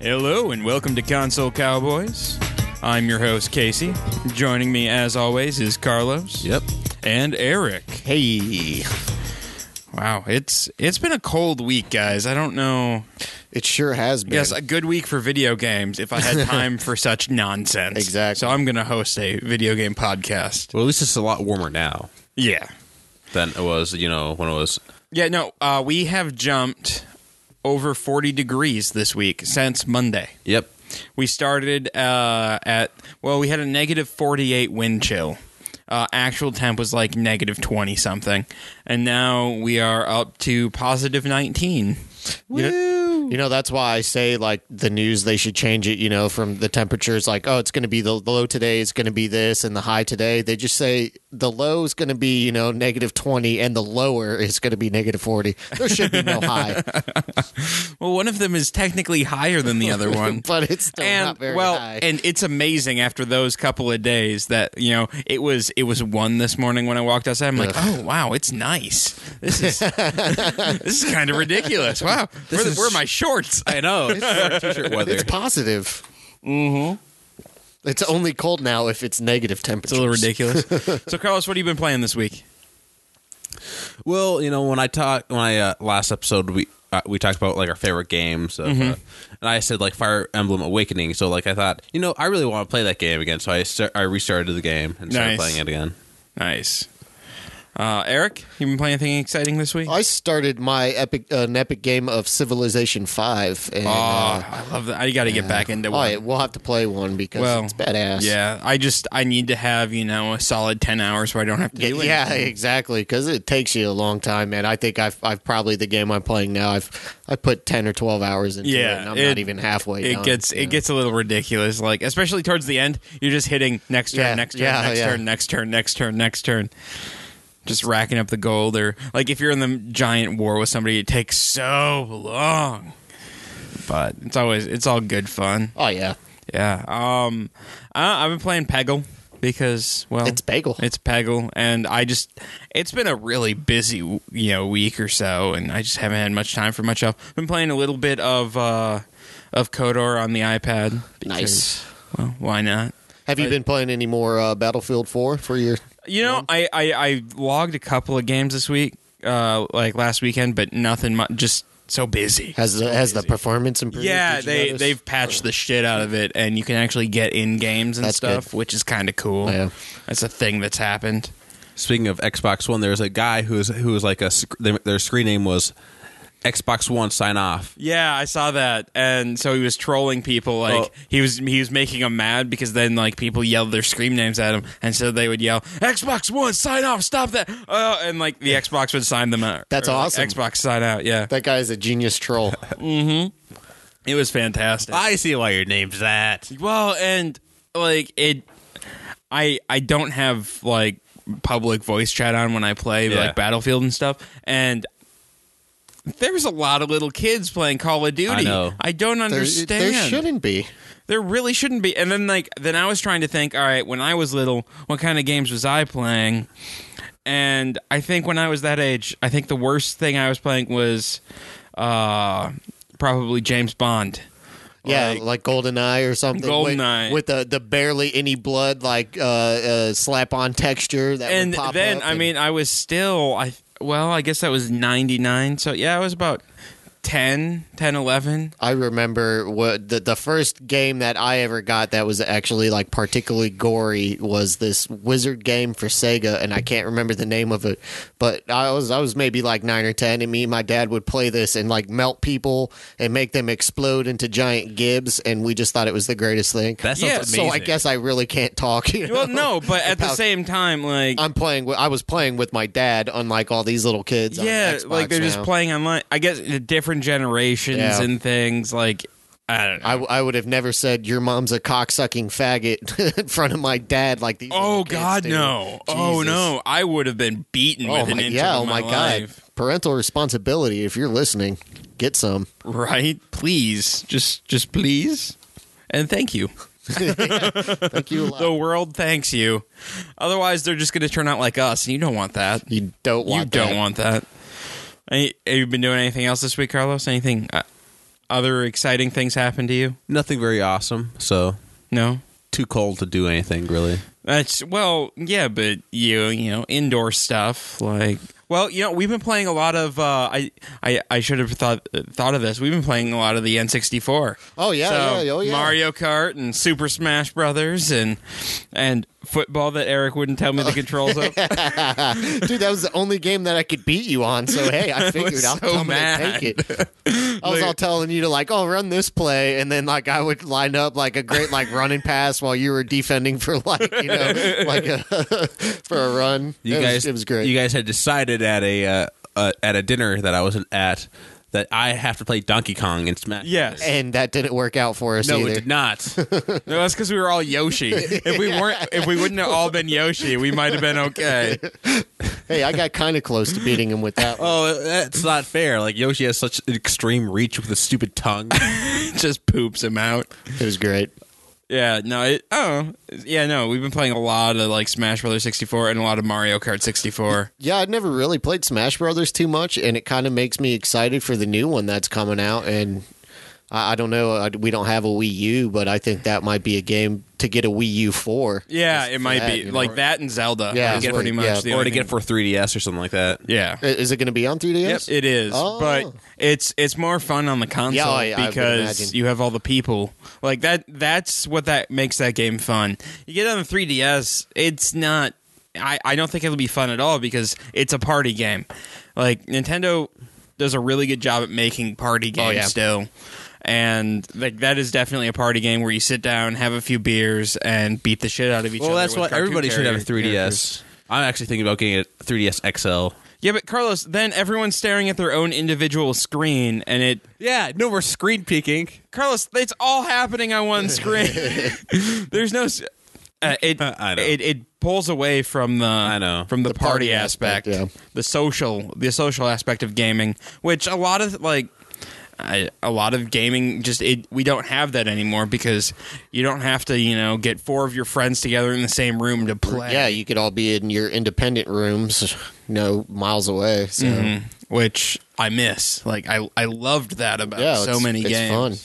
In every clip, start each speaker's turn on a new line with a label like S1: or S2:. S1: Hello and welcome to Console Cowboys. I'm your host, Casey. Joining me, as always, is Carlos.
S2: Yep.
S1: And Eric.
S2: Hey.
S1: Wow, it's it's been a cold week, guys. I don't know.
S2: It sure has been.
S1: Yes, a good week for video games if I had time for such nonsense.
S2: Exactly.
S1: So I'm going to host a video game podcast.
S3: Well, at least it's a lot warmer now
S1: Yeah.
S3: than it was, you know, when it was.
S1: Yeah, no, uh, we have jumped over 40 degrees this week since Monday.
S3: Yep.
S1: We started uh, at well, we had a negative forty-eight wind chill. Uh, actual temp was like negative twenty something, and now we are up to positive nineteen.
S2: You know, that's why I say, like, the news, they should change it, you know, from the temperatures, like, oh, it's going to be the the low today, it's going to be this, and the high today. They just say the low is going to be, you know, negative 20, and the lower is going to be negative 40. There should be no high,
S1: Well, one of them is technically higher than the other one.
S2: but it's still
S1: and
S2: not very
S1: well,
S2: high.
S1: and it's amazing after those couple of days that you know it was it was one this morning when I walked outside. I'm like, oh wow, it's nice. This is this is kind of ridiculous. Wow, where, where are my shorts?
S3: I know. T-shirt weather.
S2: it's positive. Mm hmm. It's only cold now if it's negative
S1: Mm-hmm. It's
S2: temperatures.
S1: a little ridiculous. so, Carlos, what have you been playing this week?
S3: well, you know, when I talked when I uh, last episode we uh, we talked about like our favorite games, of, uh, and I said like Fire Emblem Awakening. So like I thought, you know, I really want to play that game again. So I start, I restarted the game and started
S1: Nice.
S3: playing it again.
S1: Nice. Uh, Eric, you been playing anything exciting this week?
S2: I started my epic uh, an epic game of Civilization Five, and uh,
S1: Aw, I love that. I got to get back into
S2: Oh,
S1: one.
S2: yeah, we'll have to play one because
S1: Well,
S2: it's badass.
S1: yeah, I just I need to have you know a solid ten hours where I don't have to.
S2: Yeah,
S1: do
S2: yeah,
S1: anything.
S2: exactly. Because it takes you a long time, man. I think I've, I've probably the game I'm playing now. I've I put ten or twelve hours into
S1: Yeah,
S2: it, and I'm
S1: it-
S2: not even halfway.
S1: It
S2: done.
S1: gets
S2: Yeah.
S1: it gets a little ridiculous, like especially towards the end. You're just hitting next turn,
S2: Yeah,
S1: next turn,
S2: yeah,
S1: next
S2: yeah.
S1: turn, next turn, next turn, next turn. Just racking up the gold, or like if you're in the giant war with somebody, it takes so long. But it's always it's all good fun.
S2: Oh yeah,
S1: Yeah. Um, I, I've been playing Peggle because well,
S2: It's Bagel.
S1: It's Peggle, and I just it's been a really busy you know week or so, and I just haven't had much time for much else. I've been playing a little bit of uh of Kodor on the iPad. because,
S2: Nice.
S1: Well, why not?
S2: Have you been playing any more uh, Battlefield Four for your?
S1: You know, I, I I logged a couple of games this week, uh, like last weekend, but nothing much. Just so busy.
S2: Has the, has the performance improved?
S1: Yeah,
S2: Did you
S1: they
S2: notice?
S1: they've patched the shit out of it, and you can actually get in games and
S2: That's
S1: stuff, which is kind of cool.
S2: Yeah.
S1: That's a thing that's happened.
S3: Speaking of Xbox One, there's a guy who's who was like a sc- their their screen name was Xbox One sign off.
S1: Yeah, I saw that, and so he was trolling people. Like
S3: Well-
S1: he was he was making them mad because then like people yelled their scream names at him, and so they would yell Xbox One sign off, stop that, uh, and like the Xbox would sign them out.
S2: That's
S1: Or, like,
S2: awesome.
S1: Xbox sign out. Yeah,
S2: That guy's a genius troll.
S1: it was fantastic.
S3: I see why your name's that.
S1: Well, and like it, I I don't have like public voice chat on when I play
S3: Yeah.
S1: like Battlefield and stuff, and there was a lot of little kids playing Call of Duty.
S3: know.
S1: I don't
S2: there,
S1: understand.
S2: there shouldn't be.
S1: There really shouldn't be. And then like then I was trying to think, all right, when I was little, what kind of games was I playing? And I think when I was that age, I think the worst thing I was playing was uh probably James Bond.
S2: Yeah,
S1: Like-
S2: like, GoldenEye or something. with-
S1: GoldenEye.
S2: with, the, the barely any blood, like uh, uh, slap on texture that
S1: And
S2: would pop
S1: then
S2: up
S1: I
S2: and-
S1: mean, I was still I well, I guess that was 99. So yeah, I was about 10, 10, 11.
S2: I remember what the, the first game that I ever got that was actually like particularly gory was this wizard game for Sega, and I can't remember the name of it. But I was I was maybe like nine or ten, and me and my dad would play this and like melt people and make them explode into giant gibbs, and we just thought it was the greatest thing.
S3: That sounds
S1: Yeah,
S3: amazing.
S2: so I guess I really can't talk. you know?
S1: Well, no, but at the
S2: About-
S1: same time like
S2: I'm playing. With, I was playing with my dad, unlike all these little kids. on
S1: yeah,
S2: Xbox
S1: like they're just
S2: now.
S1: playing online. I guess the different generations
S2: Yeah.
S1: and things like I don't know.
S2: I, w- I would have never said your mom's a cocksucking faggot in front of my dad like these.
S1: oh
S2: little kids
S1: God,
S2: do.
S1: no! Oh
S2: Jesus.
S1: no! I would have been beaten
S2: Oh
S1: with an
S2: my,
S1: inch
S2: yeah.
S1: of
S2: Oh
S1: my,
S2: my,
S1: life,
S2: God. Parental responsibility. If you're listening, get some.
S1: right? Please, just just please, and thank you.
S2: Thank you. A lot.
S1: The world thanks you. Otherwise, they're just going to turn out like us, and you don't want that.
S2: you don't want.
S1: you don't
S2: that.
S1: want that. Any- Have you been doing anything else this week, Carlos? Anything uh, other exciting things happen to you?
S3: Nothing very awesome. So
S1: No.
S3: too cold to do anything really.
S1: That's well, yeah, but you you know indoor stuff like well, you know we've been playing a lot of uh, I I I should have thought thought of this. We've been playing a lot of the N sixty four.
S2: Oh, yeah,
S1: So,
S2: yeah, oh, yeah.
S1: Mario Kart and Super Smash Brothers and and football that Eric wouldn't tell me the controls of.
S2: Dude, that was the only game that I could beat you on. So hey, I figured
S1: was
S2: I'll
S1: so
S2: come and
S1: mad.
S2: take it. I was
S1: Like-
S2: all telling you to like, oh, run this play, and then like I would line up like a great like running pass while you were defending for like you know like a for a run.
S3: You
S2: it
S3: guys,
S2: was, it was great.
S3: You guys had decided at a uh, uh, at a dinner that I wasn't at that I have to play Donkey Kong in Smash.
S1: Yes,
S2: and that didn't work out for us
S3: No,
S2: either.
S3: it did not.
S1: no, that's because we were all Yoshi. If we weren't, if we wouldn't have all been Yoshi, we might have been okay.
S2: Hey, I got kind of close to beating him with that. one.
S3: oh, that's not fair. Like Yoshi has such an extreme reach with a stupid tongue.
S1: Just poops him out.
S2: It was great.
S1: Yeah, no, it, oh, yeah, no. We've been playing a lot of like Smash Brothers 64 and a lot of Mario Kart 64.
S2: Yeah, I'd never really played Smash Brothers too much, and it kind of makes me excited for the new one that's coming out. And I, I don't know, I, we don't have a Wii U, but I think that might be a game to get a Wii U for.
S1: Yeah, it might
S2: that,
S1: be
S2: you know,
S1: like
S2: or-
S1: that and Zelda.
S2: Yeah,
S1: is
S2: it's
S1: pretty
S2: like-
S1: much
S2: yeah,
S1: the
S3: or
S1: only
S3: to get
S1: thing-
S3: for 3DS or something like that.
S1: yeah.
S2: I- Is it going to be on 3DS?
S1: It is,
S2: Oh.
S1: but it's it's more fun on the console
S2: Yeah, I- I would
S1: because
S2: imagine.
S1: you have all the people. Like that that's what that makes that game fun. You get it on the 3DS, it's not I I don't think it'll be fun at all because it's a party game. Like Nintendo does a really good job at making party games
S2: Oh, yeah.
S1: still. And like that is definitely a party game where you sit down, have a few beers, and beat the shit out of each
S3: Well,
S1: other.
S3: that's
S1: with
S3: why
S1: cartoon
S3: everybody should have a
S1: characters.
S3: 3DS. I'm actually thinking about getting a 3DS XL.
S1: Yeah, but Carlos, then everyone's staring at their own individual screen, and it
S3: Yeah, no more screen peeking.
S1: Carlos, it's all happening on one screen. There's no. s- Uh, it,
S3: I know.
S1: it it pulls away from the I
S3: know.
S1: from the, party,
S2: party
S1: aspect,
S2: aspect, yeah.
S1: the social the social aspect of gaming, which a lot of like I, a lot of gaming just it we don't have that anymore because you don't have to you know get four of your friends together in the same room to play.
S2: Yeah, you could all be in your independent rooms, you know, miles away. So
S1: Mm-hmm. which I miss. Like I I loved that about
S2: yeah,
S1: so
S2: it's-
S1: many
S2: it's
S1: games.
S2: fun.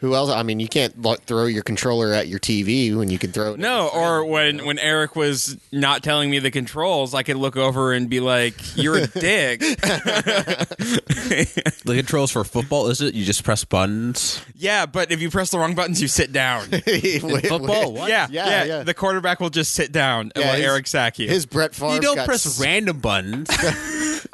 S2: Who else? I mean, you can't like, throw your controller at your TV when you can throw it.
S1: No, or when when Eric was not telling me the controls, I could look over and be like, "You're a dick."
S3: The controls for football is it? You just press buttons.
S1: yeah, but if you press the wrong buttons, you sit down.
S3: Football. What?
S1: Yeah, yeah,
S2: Yeah, yeah.
S1: The quarterback will just sit down and
S2: Yeah,
S1: let
S2: his-
S1: Eric sack you.
S2: His Brett Favre.
S3: You don't
S2: got
S3: press random buttons.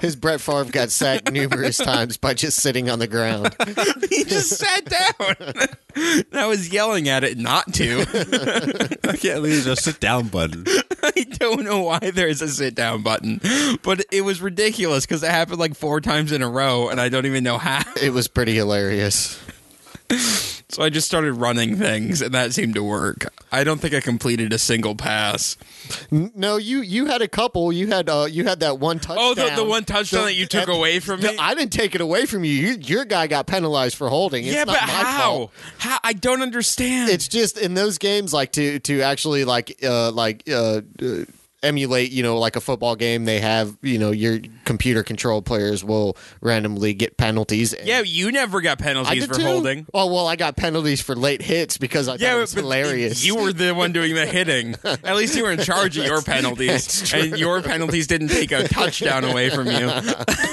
S2: His Brett Favre got sacked numerous times by just sitting on the ground.
S1: he just sat down. and I was yelling at it not to.
S3: I can't leave a sit down button.
S1: I don't know why there is a sit down button, but it was ridiculous because it happened like four times in a row, and I don't even know how.
S2: It was pretty hilarious.
S1: So I just started running things, and that seemed to work. I don't think I completed a single pass.
S2: N- No, you you had a couple. You had uh you had that one touchdown.
S1: Oh, the, the one touchdown
S2: The-
S1: that you took
S2: at-
S1: away from
S2: the-
S1: me.
S2: I didn't take it away from you. you. Your guy got penalized for holding. It's
S1: yeah,
S2: not
S1: but
S2: my
S1: how?
S2: fault.
S1: How? I don't understand.
S2: It's just in those games, like to to actually like uh like uh. uh emulate you know like a football game they have you know your computer control players will randomly get penalties and
S1: yeah, you never got
S2: I
S1: penalties
S2: did
S1: for
S2: too.
S1: holding.
S2: oh well i got penalties for late hits because i
S1: Yeah,
S2: thought it was
S1: but
S2: hilarious
S1: You were the one doing the hitting. At least you were in charge of your penalties, and your penalties didn't take a touchdown away from you.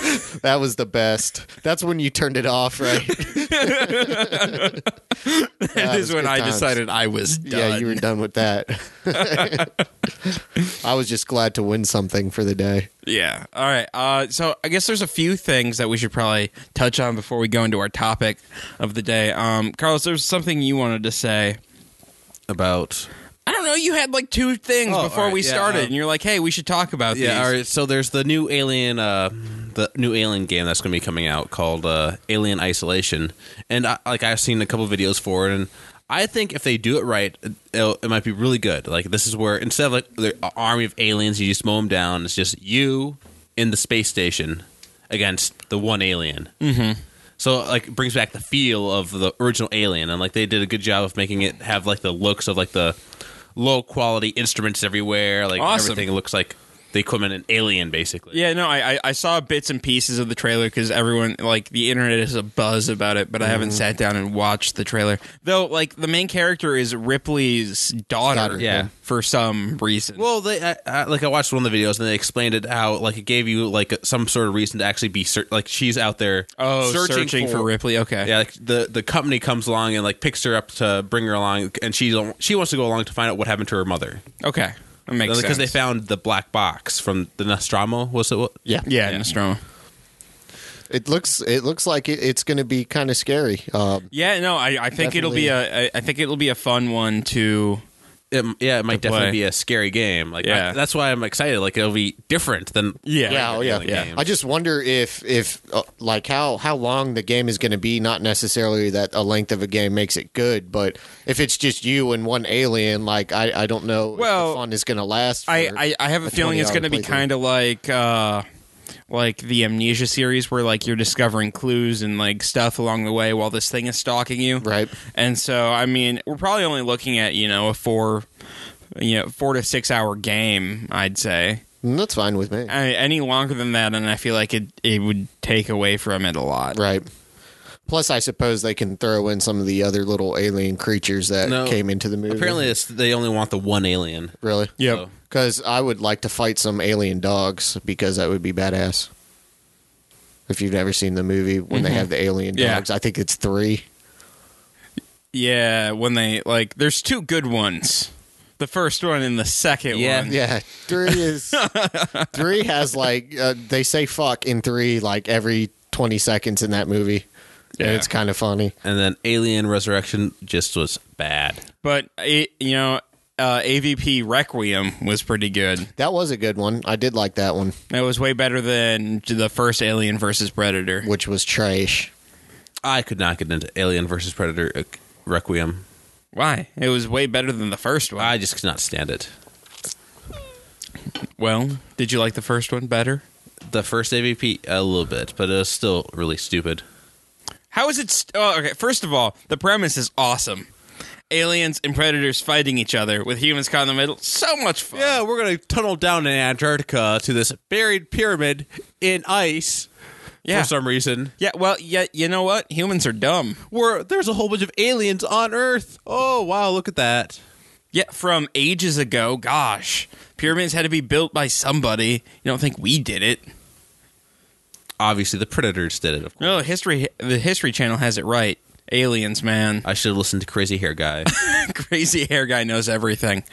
S2: That was the best. That's when you turned it off, right?
S1: That is
S2: was
S1: when
S2: good
S1: I
S2: times.
S1: decided I was done.
S2: Yeah, you were done with that. I was just glad to win something for the day.
S1: Yeah. All right. Uh, so I guess there's a few things that we should probably touch on before we go into our topic of the day. Um, Carlos, there's something you wanted to say.
S3: About
S1: I don't know. You had like two things
S3: Oh,
S1: before
S3: all right,
S1: we
S3: yeah,
S1: started,
S3: uh,
S1: and you're like, "Hey, we should talk about
S3: yeah.
S1: these."
S3: All right, so there's the new Alien, uh, the new Alien game that's going to be coming out called uh, Alien Isolation, and I, like I've seen a couple videos for it, and I think if they do it right, it'll, it might be really good. Like this is where instead of like the army of aliens, you just mow them down. It's just you in the space station against the one alien.
S1: Mm-hmm.
S3: So like it brings back the feel of the original Alien, and like they did a good job of making it have like the looks of like the low quality instruments everywhere, like
S1: Awesome.
S3: everything looks like the equipment in Alien, basically.
S1: Yeah, no, I I- I saw bits and pieces of the trailer because everyone like the internet is a buzz about it, but I
S3: Mm-hmm.
S1: haven't sat down and watched the trailer. Though, like the main character is Ripley's daughter,
S2: Daughter,
S3: yeah.
S1: for some reason.
S3: Well, they I, I, like I watched one of the videos and they explained it how like it gave you like some sort of reason to actually be ser- like she's out there
S1: oh, searching, for, Ripley. Okay,
S3: Yeah, like the the company comes along and like picks her up to bring her along, and she don't, she wants to go along to find out what happened to her mother
S1: okay, that makes sense.
S3: because they found the black box from the Nostromo. Was it? What?
S2: Yeah,
S1: yeah,
S3: Yeah.
S1: Nostromo.
S2: It looks it looks like it, it's going to be kind of scary. Um,
S1: Yeah, no, I, I think it'll be a I, I think it'll be a fun one to
S3: It, yeah, it might
S1: To play.
S3: definitely be a scary game. Like,
S1: Yeah.
S3: I- that's why I'm excited. Like, it'll be different than
S1: yeah
S2: yeah, oh, yeah,
S3: Yeah.
S2: I just wonder if if uh, like how how long the game is going to be. Not necessarily that a length of a game makes it good, but if it's just you and one alien, like I I don't know.
S1: Well,
S2: if the fun is going to last. For,
S1: I, I, I have a
S2: a
S1: feeling it's
S2: 20
S1: going to
S2: hour
S1: be
S2: playthrough.
S1: kind of like uh, like the Amnesia series, where like you're discovering clues and like stuff along the way while this thing is stalking you.
S2: right.
S1: And so, I mean, we're probably only looking at you know a four, you know, four to six hour game. I'd say
S2: Mm, That's fine with me.
S1: I, any longer than that, and I feel like it it would take away from it a lot.
S2: Right. Plus, I suppose they can throw in some of the other little alien creatures that
S3: No.
S2: came into the movie.
S3: Apparently, it's, they only want the one alien.
S2: really.
S1: Yep.
S3: So-
S2: Because I would like to fight some alien dogs because that would be badass. If you've never seen the movie when
S3: Mm-hmm.
S2: they have the alien
S1: Yeah.
S2: dogs, I think it's three.
S1: Yeah. When they like, there's two good ones. The first one and the second
S3: Yeah.
S1: one.
S2: Yeah, three is three has like uh, they say fuck in three like every twenty seconds in that movie, and
S1: Yeah.
S2: it's kind of funny.
S3: And then Alien Resurrection just was bad.
S1: But it, you know, uh, AVP Requiem was pretty good.
S2: That was a good one. I did like that one,
S1: That was way better than the first Alien versus Predator.
S2: which was trash.
S3: I could not get into Alien versus Predator uh, Requiem.
S1: Why? It was way better than the first one.
S3: I just could not stand it.
S1: well, did you like the first one better?
S3: The first AVP a little bit, but it was still really stupid.
S1: How is it? St- oh, okay. First of all, the premise is awesome. Aliens and predators fighting each other with humans caught in the middle. So much fun.
S3: Yeah, we're gonna tunnel down in Antarctica to this buried pyramid in ice
S1: Yeah.
S3: for some reason.
S1: Yeah, well, yeah, you know what? Humans are dumb.
S3: Where there's a whole bunch of aliens on Earth. Oh wow, look at that.
S1: Yeah, from ages ago, gosh, pyramids had to be built by somebody. You don't think we did it?
S3: Obviously, the Predators did it. Of course,
S1: No, history. The History Channel has it right. Aliens, man.
S3: I should have listened to Crazy Hair Guy.
S1: crazy hair guy knows everything.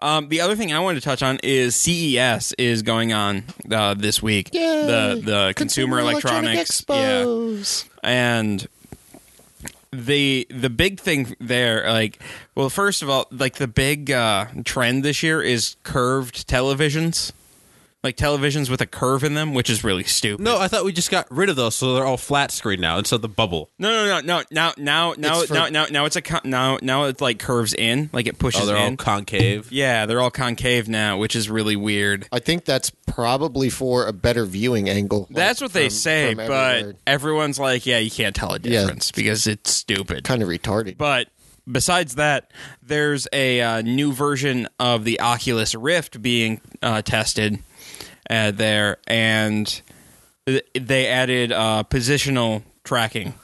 S1: Um, the other thing I wanted to touch on is CES is going on uh, this week. The the Consumer, Electronics Yeah,
S2: Expos.
S1: and the the big thing there, like, well, first of all, like the big uh, trend this year is curved televisions, like televisions with a curve in them, which is really stupid.
S3: no, I thought we just got rid of those, so they're all flat screen now instead of the bubble.
S1: No, no, no, no, now, now, now,
S2: It's for-
S1: now, now, now, it's a con- now, now it's like curves in, like it pushes
S3: Oh, they're all
S1: in.
S3: concave.
S1: Yeah, they're all concave now, which is really weird.
S2: I think that's probably for a better viewing angle. like,
S1: That's what they
S2: from-
S1: say,
S2: from
S1: but
S2: everywhere.
S1: everyone's like, yeah, you can't tell a difference because it's stupid.
S2: kind of retarded.
S1: But besides that, there's a uh, new version of the Oculus Rift being uh, tested uh, there, and th- they added uh, positional tracking.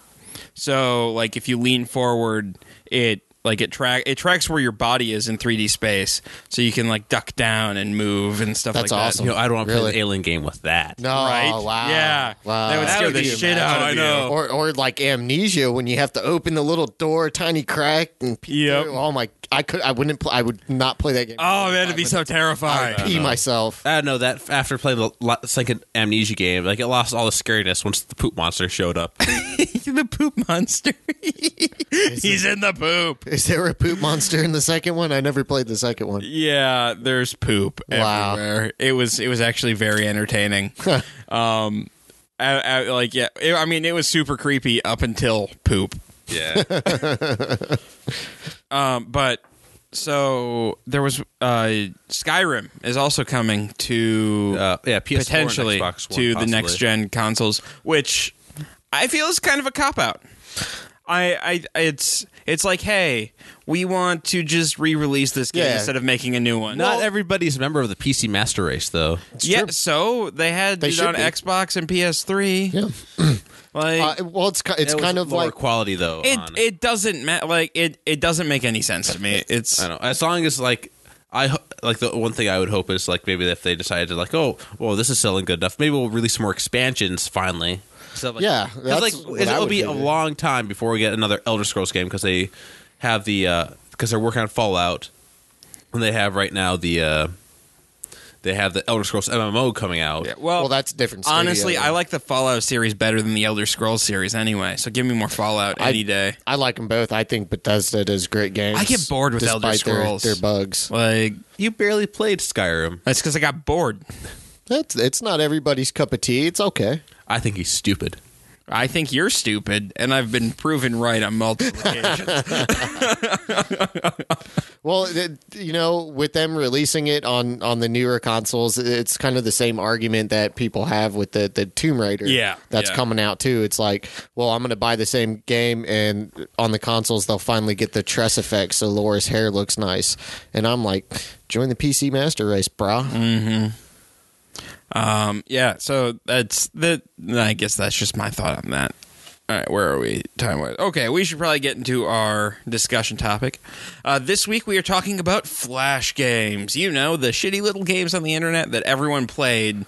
S1: So, like, if you lean forward, it like it track it tracks where your body is in 3D space, so you can like duck down and move and stuff
S2: That's
S1: like
S2: awesome.
S1: that.
S3: You know, I don't want to play
S2: Really?
S3: the alien game with that.
S2: no,
S1: right?
S2: wow,
S1: Yeah.
S2: wow.
S1: That would scare
S3: would
S1: the
S3: be
S1: shit
S3: mad.
S1: out of
S3: I
S1: you.
S3: know.
S2: or or like amnesia when you have to open the little door, tiny crack, and pee
S1: Yep.
S2: through. Oh my! I could, I wouldn't, pl- I would not play that game.
S1: Oh man, it'd be so terrifying.
S2: pee myself.
S3: I know that after playing the lo- second amnesia game, like it lost all the scariness once the poop monster showed up.
S1: the poop monster. He's in the poop.
S2: Is there a poop monster in the second one? I never played the second one.
S1: Yeah, there's poop
S2: Wow.
S1: everywhere. It was it was actually very entertaining. um, I, I, like yeah, it- I mean it was super creepy up until poop.
S3: yeah.
S1: Um, but so there was uh, Skyrim is also coming to
S3: Uh, yeah, PS4 and
S1: potentially to
S3: Xbox One,
S1: the next
S3: possibly.
S1: gen consoles, which I feel is kind of a cop out. I, I, it's, it's like, hey, we want to just re-release this game
S2: Yeah.
S1: instead of making a new one.
S3: Not everybody's a member of the PC Master Race, though.
S1: yeah,
S2: true.
S1: so they had
S2: They
S1: it
S2: should
S1: on
S2: be.
S1: Xbox and PS3.
S2: Yeah.
S1: Like,
S2: Uh, well, it's ki- it's
S3: It was
S2: kind of
S3: lower
S2: like
S3: quality, though.
S1: it,
S3: on-
S1: it doesn't matter. Like, it, it doesn't make any sense to me. It's
S3: I don't know. As long as like I ho- like the one thing I would hope is like maybe if they decided to like oh well this is selling good enough maybe we'll release some more expansions finally. Stuff like
S2: Yeah,
S3: because
S2: that's
S3: like
S2: what I
S3: it'll
S2: would
S3: be a
S2: figure.
S3: long time before we get another Elder Scrolls game because they have the because they're working on Fallout and they have right now the uh they have the Elder Scrolls MMO coming out.
S1: Yeah, well,
S2: well, that's a different. Studio.
S1: honestly, I like the Fallout series better than the Elder Scrolls series anyway. So give me more Fallout
S2: I-
S1: any day.
S2: I like them both. I think Bethesda does great games.
S1: I get bored with Elder
S2: despite their-
S1: Scrolls.
S2: Their, bugs.
S1: Like,
S3: You barely played Skyrim.
S1: that's because I got bored.
S2: That's it's not everybody's cup of tea. It's okay.
S3: I think he's stupid.
S1: I think you're stupid, and I've been proven right on multiple occasions.
S2: Well, it, you know, with them releasing it on on the newer consoles, it's kind of the same argument that people have with the the Tomb Raider.
S1: Yeah,
S2: that's
S1: yeah.
S2: coming out too. It's like, well, I'm going to buy the same game, and on the consoles they'll finally get the tress effect, so Laura's hair looks nice. And I'm like, join the PC Master Race, brah.
S1: um, yeah, so that's that. I guess that's just my thought on that. All right, where are we time wise? Okay, we should probably get into our discussion topic. Uh, this week we are talking about flash games. You know, the shitty little games on the internet that everyone played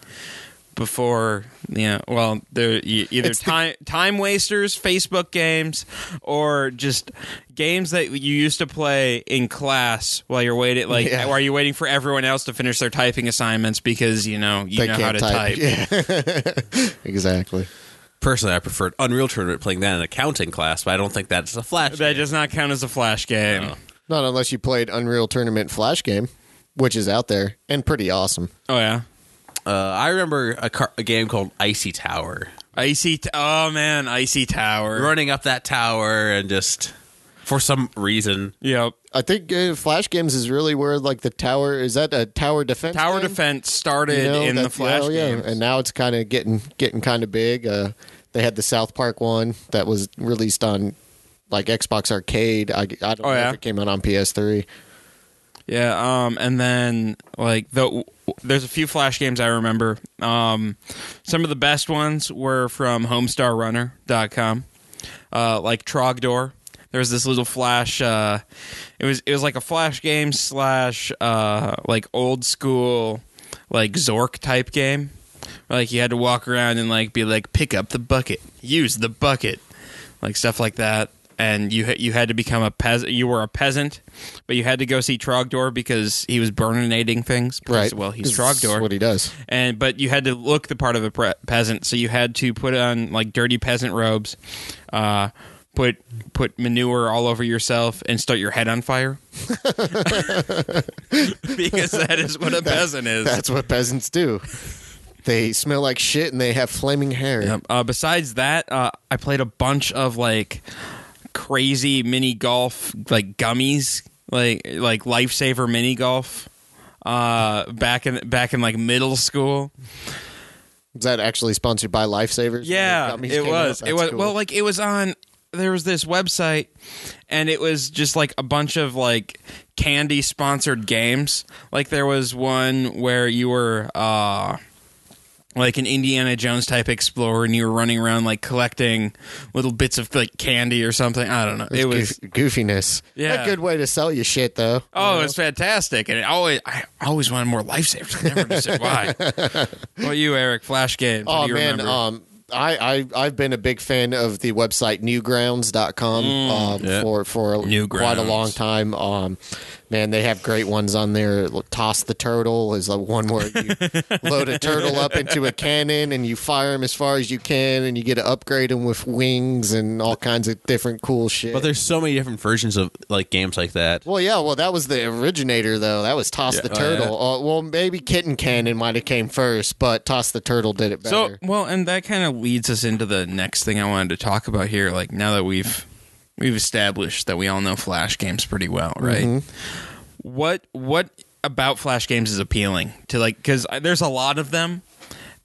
S1: before you know well they're e- either
S2: It's the-
S1: time time wasters facebook games or just games that you used to play in class while you're waiting like
S2: Yeah.
S1: while you're waiting for everyone else to finish their typing assignments because you know you
S2: They
S1: know
S2: can't
S1: how to type,
S2: type. Yeah. exactly.
S3: Personally, I preferred Unreal Tournament playing that in accounting class, but I don't think that's a flash.
S1: that does not count as a flash game
S2: Not unless you played Unreal Tournament Flash game, which is out there and pretty awesome.
S1: oh yeah
S3: Uh, I remember a, car- a game called Icy Tower.
S1: icy t- oh man icy tower
S3: Running up that tower and just for some reason,
S1: yep
S2: I think uh, Flash games is really where like the tower is that a tower defense
S1: tower
S2: game?
S1: defense started
S2: You know,
S1: in the
S2: that-
S1: flash
S2: oh, yeah.
S1: games.
S2: and now it's kind of getting getting kind of big. Uh, they had the South Park one that was released on like Xbox Arcade. I, I don't know
S1: Oh, yeah.
S2: if it came out on PS3.
S1: Yeah, um, and then like the w- there's a few flash games I remember. Um, some of the best ones were from HomestarRunner.com, uh, like Trogdor. There was this little flash. Uh, it was it was like a flash game slash uh, like old school like Zork type game. Like you had to walk around and like be like pick up the bucket, use the bucket, like stuff like that. And you ha- you had to become a peasant. You were a peasant, but you had to go see Trogdor because he was burninating things. Because,
S2: Right.
S1: Well, he's
S2: This is
S1: Trogdor,
S2: What he does.
S1: and but you had to look the part of a pre- peasant. So you had to put on like dirty peasant robes, uh, put put manure all over yourself, and start your head on fire. because that is what a peasant is.
S2: That's what peasants do. They smell like shit and they have flaming hair.
S1: Um, uh, besides that, uh, I played a bunch of like crazy mini golf, like gummies, like like lifesaver mini golf. Uh, back in back in like middle school.
S2: Is that actually sponsored by Lifesavers?
S1: Yeah,
S2: Gummies
S1: it
S2: came
S1: was.
S2: out?
S1: It
S2: That's
S1: was
S2: cool.
S1: well, like it was on. There was this website, and it was just like a bunch of like candy sponsored games. Like there was one where you were. uh like an Indiana Jones type explorer, and you were running around like collecting little bits of like candy or something. I don't know. It was
S2: goof- goofiness.
S1: Yeah.
S2: a good way to sell you shit though.
S1: oh, it was fantastic, and it always I always wanted more lifesavers. I never understood why. well, you Eric, flash games. What
S2: oh
S1: do you
S2: man,
S1: remember?
S2: um, I I I've been a big fan of the website Newgrounds.com um,
S3: yeah.
S2: for for quite a
S1: Mm, Newgrounds.
S2: long time. Um, man, they have great ones on there. Toss the turtle is the one where you load a turtle up into a cannon and you fire him as far as you can, and you get to upgrade him with wings and all kinds of different cool shit.
S3: but there's so many different versions of like games like that.
S2: Well, yeah. Well, that was the originator, though. That was Toss the
S3: Oh,
S2: Turtle. Uh, well, maybe Kitten Cannon might have came first, but Toss the Turtle did it
S1: So
S2: better.
S1: well, and that kind of leads us into the next thing I wanted to talk about here. Like now that we've we've established that we all know Flash games pretty well, right? What what about Flash games is appealing to like because there's a lot of them,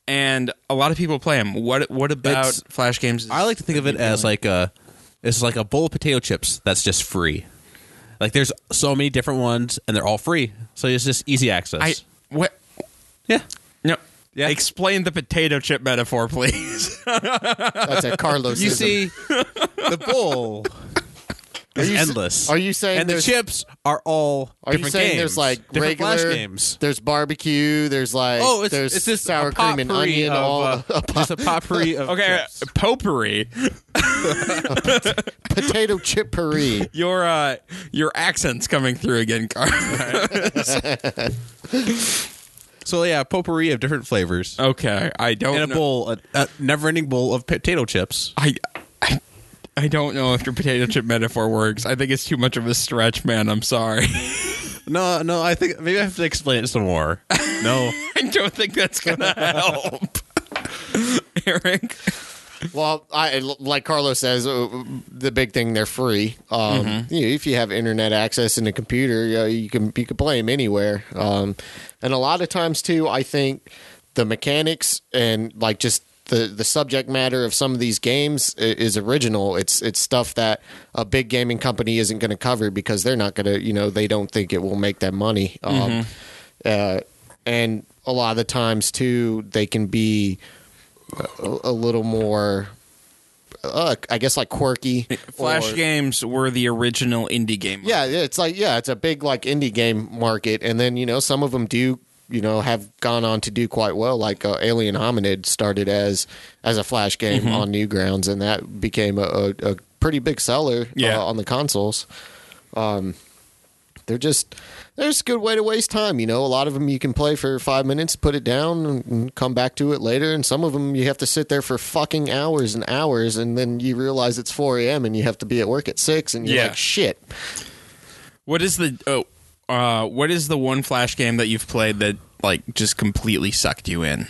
S1: and a lot of people play them. What what about
S3: It's-
S1: Flash games? Is,
S3: I like to think of it as like a It's like a bowl of potato chips that's just free. Like there's so many different ones, and they're all free, so it's just easy access.
S1: I what?
S3: yeah,
S1: No. Yeah. Explain the potato chip metaphor, please.
S2: That's a Carlos.
S3: you see, the bowl is endless.
S2: Are you saying
S3: and the
S2: there's-
S3: chips are all
S2: Are you
S3: different
S2: saying
S3: games,
S2: there's like
S3: different
S2: regular
S3: flash games?
S2: There's barbecue. There's like
S3: Oh, it's
S2: there's
S3: it's just
S2: sour
S3: a
S2: cream and
S3: potpourri
S2: onion.
S3: of,
S2: all
S3: uh, just a potpourri of
S1: okay,
S3: chips.
S1: potpourri.
S2: potato chip puree.
S1: Your uh, your accent's coming through again, Carl.
S3: So yeah, potpourri of different flavors
S1: okay, I don't
S3: in a
S1: know.
S3: bowl, a, a never-ending bowl of potato chips.
S1: I, I I don't know if your potato chip metaphor works. I think it's too much of a stretch, man. I'm sorry.
S3: No, no, I think maybe I have to explain it some more. No,
S1: I don't think that's gonna help, Eric.
S2: Well, I like Carlos says uh, the big thing they're free. Um, you know, if you have internet access and a computer, you, know, you can you can play them anywhere. Um, and a lot of times too, I think the mechanics and like just the the subject matter of some of these games i- is original. It's it's stuff that a big gaming company isn't going to cover because they're not going to you know they don't think it will make them money. Um, uh, and a lot of the times too, they can be a, a little more, uh, I guess, like quirky.
S1: Flash
S2: or-
S1: games were the original indie game.
S2: Yeah, yeah, it's like yeah, it's a big like indie game market, and then you know some of them do you know have gone on to do quite well. Like uh, Alien Hominid started as as a flash game
S1: Mm-hmm.
S2: on Newgrounds, and that became a, a, a pretty big seller uh,
S1: Yeah.
S2: on the consoles. Um, they're just they're just a good way to waste time you know a lot of them you can play for five minutes put it down and, and come back to it later and some of them you have to sit there for fucking hours and hours and then you realize it's 4 a.m and you have to be at work at 6 and you're
S1: Yeah.
S2: like shit
S1: What is the oh, uh, what is the one Flash game that you've played that like just completely sucked you in?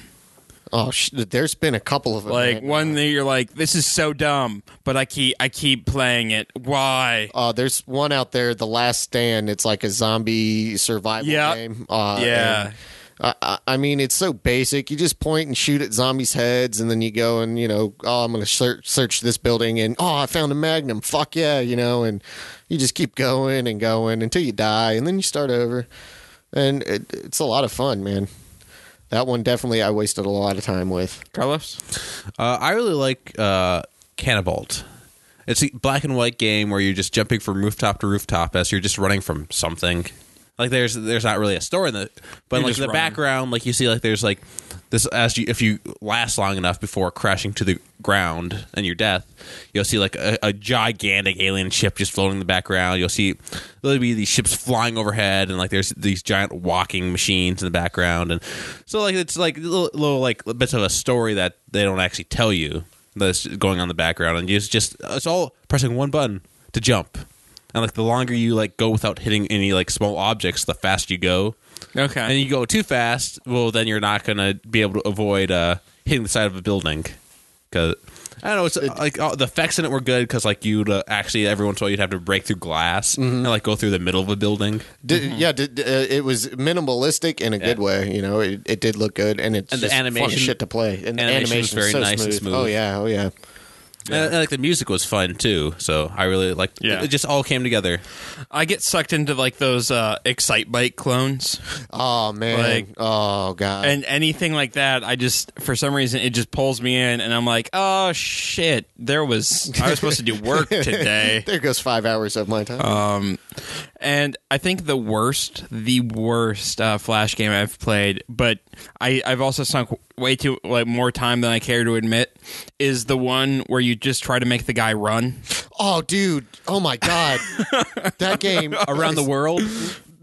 S2: oh sh- there's been a couple of them
S1: Like
S2: man.
S1: one that you're like, this is so dumb, but I keep I keep playing it. Why?
S2: Uh, there's one out there, The Last Stand. It's like a zombie survival
S1: Yeah.
S2: game. Uh,
S1: Yeah.
S2: and I- I, I mean, it's so basic. You just point and shoot at zombies' heads, and then you go and you know, oh, I'm gonna search, search this building, and oh, I found a magnum. Fuck yeah, you know, and you just keep going and going until you die, and then you start over, and it, it's a lot of fun, man. That one definitely I wasted a lot of time with.
S1: Carlos?
S3: Uh, I really like uh, Cannibalt. It's a black and white game where you're just jumping from rooftop to rooftop as you're just running from something. Like there's there's not really a story in the but
S1: You're
S3: like
S1: just
S3: in the
S1: running.
S3: background like you see like there's like this as you if you last long enough before crashing to the ground and your death you'll see like a, a gigantic alien ship just floating in the background you'll see there'll be these ships flying overhead and like there's these giant walking machines in the background and so like it's like little, little like bits of a story that they don't actually tell you that's going on in the background and you just, just it's all pressing one button to jump and like the longer you like go without hitting any like small objects the faster you go
S1: Okay.
S3: and you go too fast, well, then you're not going to be able to avoid uh, hitting the side of a building. Because I don't know, it's uh, like all the effects in it were good because like you'd uh, actually every once in a while you'd have to break through glass
S1: Mm-hmm.
S3: and like go through the middle of a building.
S2: Did, Yeah, did, uh, it was minimalistic in a good way. You know, it, it did look good, and it's
S3: And the
S2: just fun
S3: animation-
S2: shit to play. And the
S3: animation
S2: animation
S3: was very
S2: is so
S3: nice and smooth.
S2: Oh yeah, oh yeah.
S3: And, and, like the music was fun too, so I really like.
S1: Yeah.
S3: It, it just all came together.
S1: I get sucked into like those uh Excite Bike clones.
S2: Oh man.
S1: Like-
S2: oh god.
S1: And anything like that, I just for some reason it just pulls me in and I'm like, oh shit, there was I was supposed to do work today.
S2: there goes five hours of my time.
S1: Uh. And I think the worst, the worst uh, Flash game I've played, but I, I've also sunk way too like more time than I care to admit, is the one where you just try to make the guy run.
S2: oh dude. Oh my god. that game
S3: Around the world,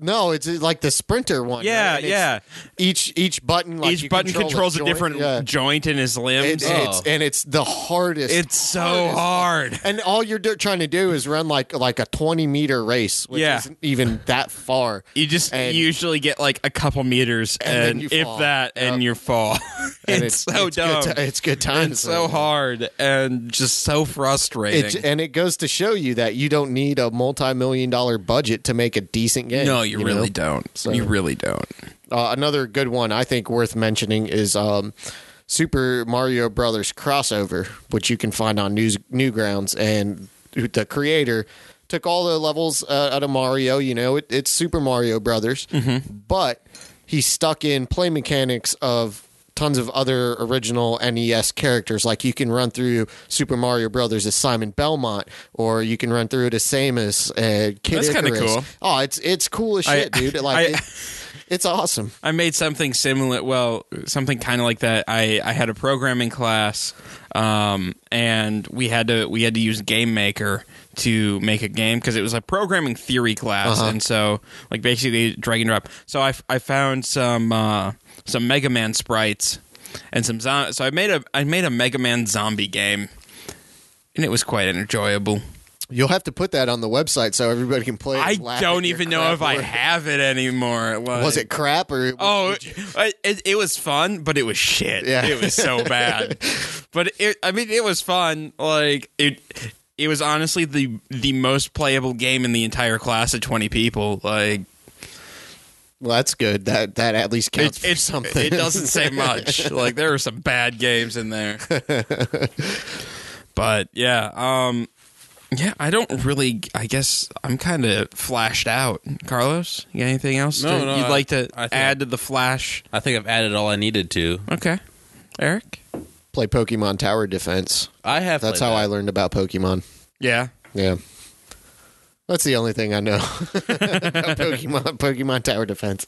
S2: No, it's like the sprinter one.
S1: Yeah,
S2: right? It's
S1: yeah.
S2: Each each button like you
S1: Each button
S2: control
S1: controls a,
S2: joint.
S1: different
S2: Yeah.
S1: joint in his
S2: It's,
S1: limbs. Oh.
S2: it's and it's the hardest.
S1: it's so hard.
S2: and all you're do- trying to do is run like like a 20 meter race, which
S1: Yeah.
S2: isn't even that far.
S1: You just
S2: And-
S1: usually get like a couple meters,
S2: And then
S1: and,
S2: you
S1: if
S2: fall.
S1: that, and you fall.
S2: And
S1: it's, so dumb.
S2: Good ti- it's good times.
S1: it's so hard and just so frustrating.
S2: It, and it goes to show you that you don't need a multi-million dollar budget to make a decent game.
S1: no, you, really
S2: know?
S1: don't.
S2: So-
S1: You really don't.
S2: Uh, another good one I think worth mentioning is um, Super Mario Brothers crossover, which you can find on News Newgrounds, and who- the creator took all the levels uh, out of Mario. You know, it, it's Super Mario Brothers,
S1: Mm-hmm.
S2: but he stuck in play mechanics of tons of other original NES characters. Like you can run through Super Mario Brothers as Simon Belmont, or you can run through it as Samus. Uh, Kid
S1: That's kinda
S2: Icarus.
S1: cool.
S2: Oh, it's it's cool as shit,
S1: I-
S2: dude. Like.
S1: I-
S2: it- it's awesome.
S1: I made something similar. Well, something kind of like that. I, I had a programming class, um, and we had to we had to use Game Maker to make a game because it was a programming theory class,
S2: Uh-huh.
S1: and so like basically drag and drop. So I, f- I found some uh, some Mega Man sprites and some zo- so I made a I made a Mega Man zombie game, and it was quite enjoyable.
S2: You'll have to put that on the website so everybody can play. and
S1: I
S2: laugh
S1: don't
S2: at your
S1: even know
S2: crap
S1: if I
S2: work.
S1: have it anymore.
S2: was
S1: like-
S2: it crap or
S1: Oh, it, it, it was fun, but it was shit.
S2: Yeah.
S1: It was so bad. but it, I mean, it was fun. Like it, it was honestly the the most playable game in the entire class of twenty people. Like
S2: Well, that's good. That that at least counts
S1: it,
S2: for
S1: it's
S2: something.
S1: It doesn't say much. like there are some bad games in there. but yeah, um, yeah, I don't really. I guess I'm kind of flashed out. Carlos, you got anything else
S3: No,
S1: to-
S3: no,
S1: you'd
S3: I-
S1: like to
S3: I think-
S1: add to the flash?
S3: I think I've added all I needed to.
S1: Okay, Eric.
S2: Play Pokemon Tower Defense.
S3: I have.
S2: That's
S3: played
S2: how
S3: that.
S2: I learned about Pokemon.
S1: Yeah.
S2: Yeah. That's the only thing I know. about Pokemon Pokemon Tower Defense.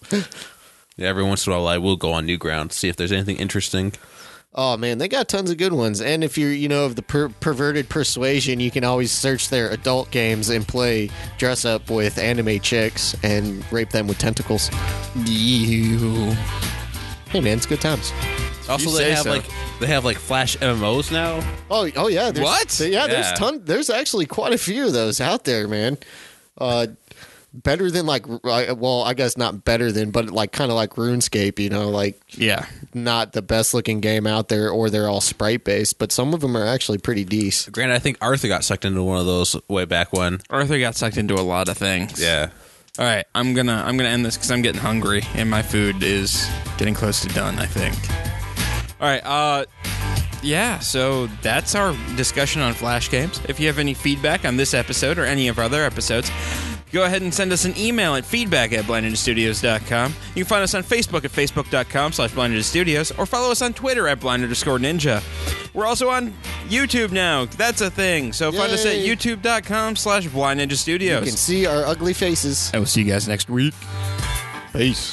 S3: Yeah, every once in a while, I will go on new ground see if there's anything interesting.
S2: Oh man, they got tons of good ones. And if you're, you know, of the per- perverted persuasion, you can always search their adult games and play dress up with anime chicks and rape them with tentacles.
S1: You.
S2: Hey man, it's good times.
S3: Also,
S1: You
S3: they
S1: say
S3: have
S1: so.
S3: like they have like flash MMOs now.
S2: Oh, oh yeah. There's,
S1: What?
S2: Yeah, there's
S3: Yeah.
S2: ton. There's actually quite a few of those out there, man. Uh, better than like, r- I- well, I guess not better than, but like kind of like RuneScape. You know, like
S1: Yeah.
S2: not the best looking game out there, or they're all sprite based. But some of them are actually pretty decent.
S3: Granted, I think Arthur got sucked into one of those way back when.
S1: Arthur got sucked into a lot of things.
S3: Yeah.
S1: All right, I'm gonna I'm gonna end this because I'm getting hungry and my food is getting close to done. I think. All right. Uh, yeah. So that's our discussion on flash games. If you have any feedback on this episode or any of our other episodes. Go ahead and send us an email at feedback at blindedstudios.com. You can find us on Facebook at facebook.com slash blindedstudios or follow us on Twitter at blind underscore ninja. We're also on YouTube now. That's a thing. So find us at
S2: Yay.
S1: youtube.com slash blind ninja
S2: You
S1: studios.
S2: can see our ugly faces.
S1: I will see you guys next week.
S2: Peace.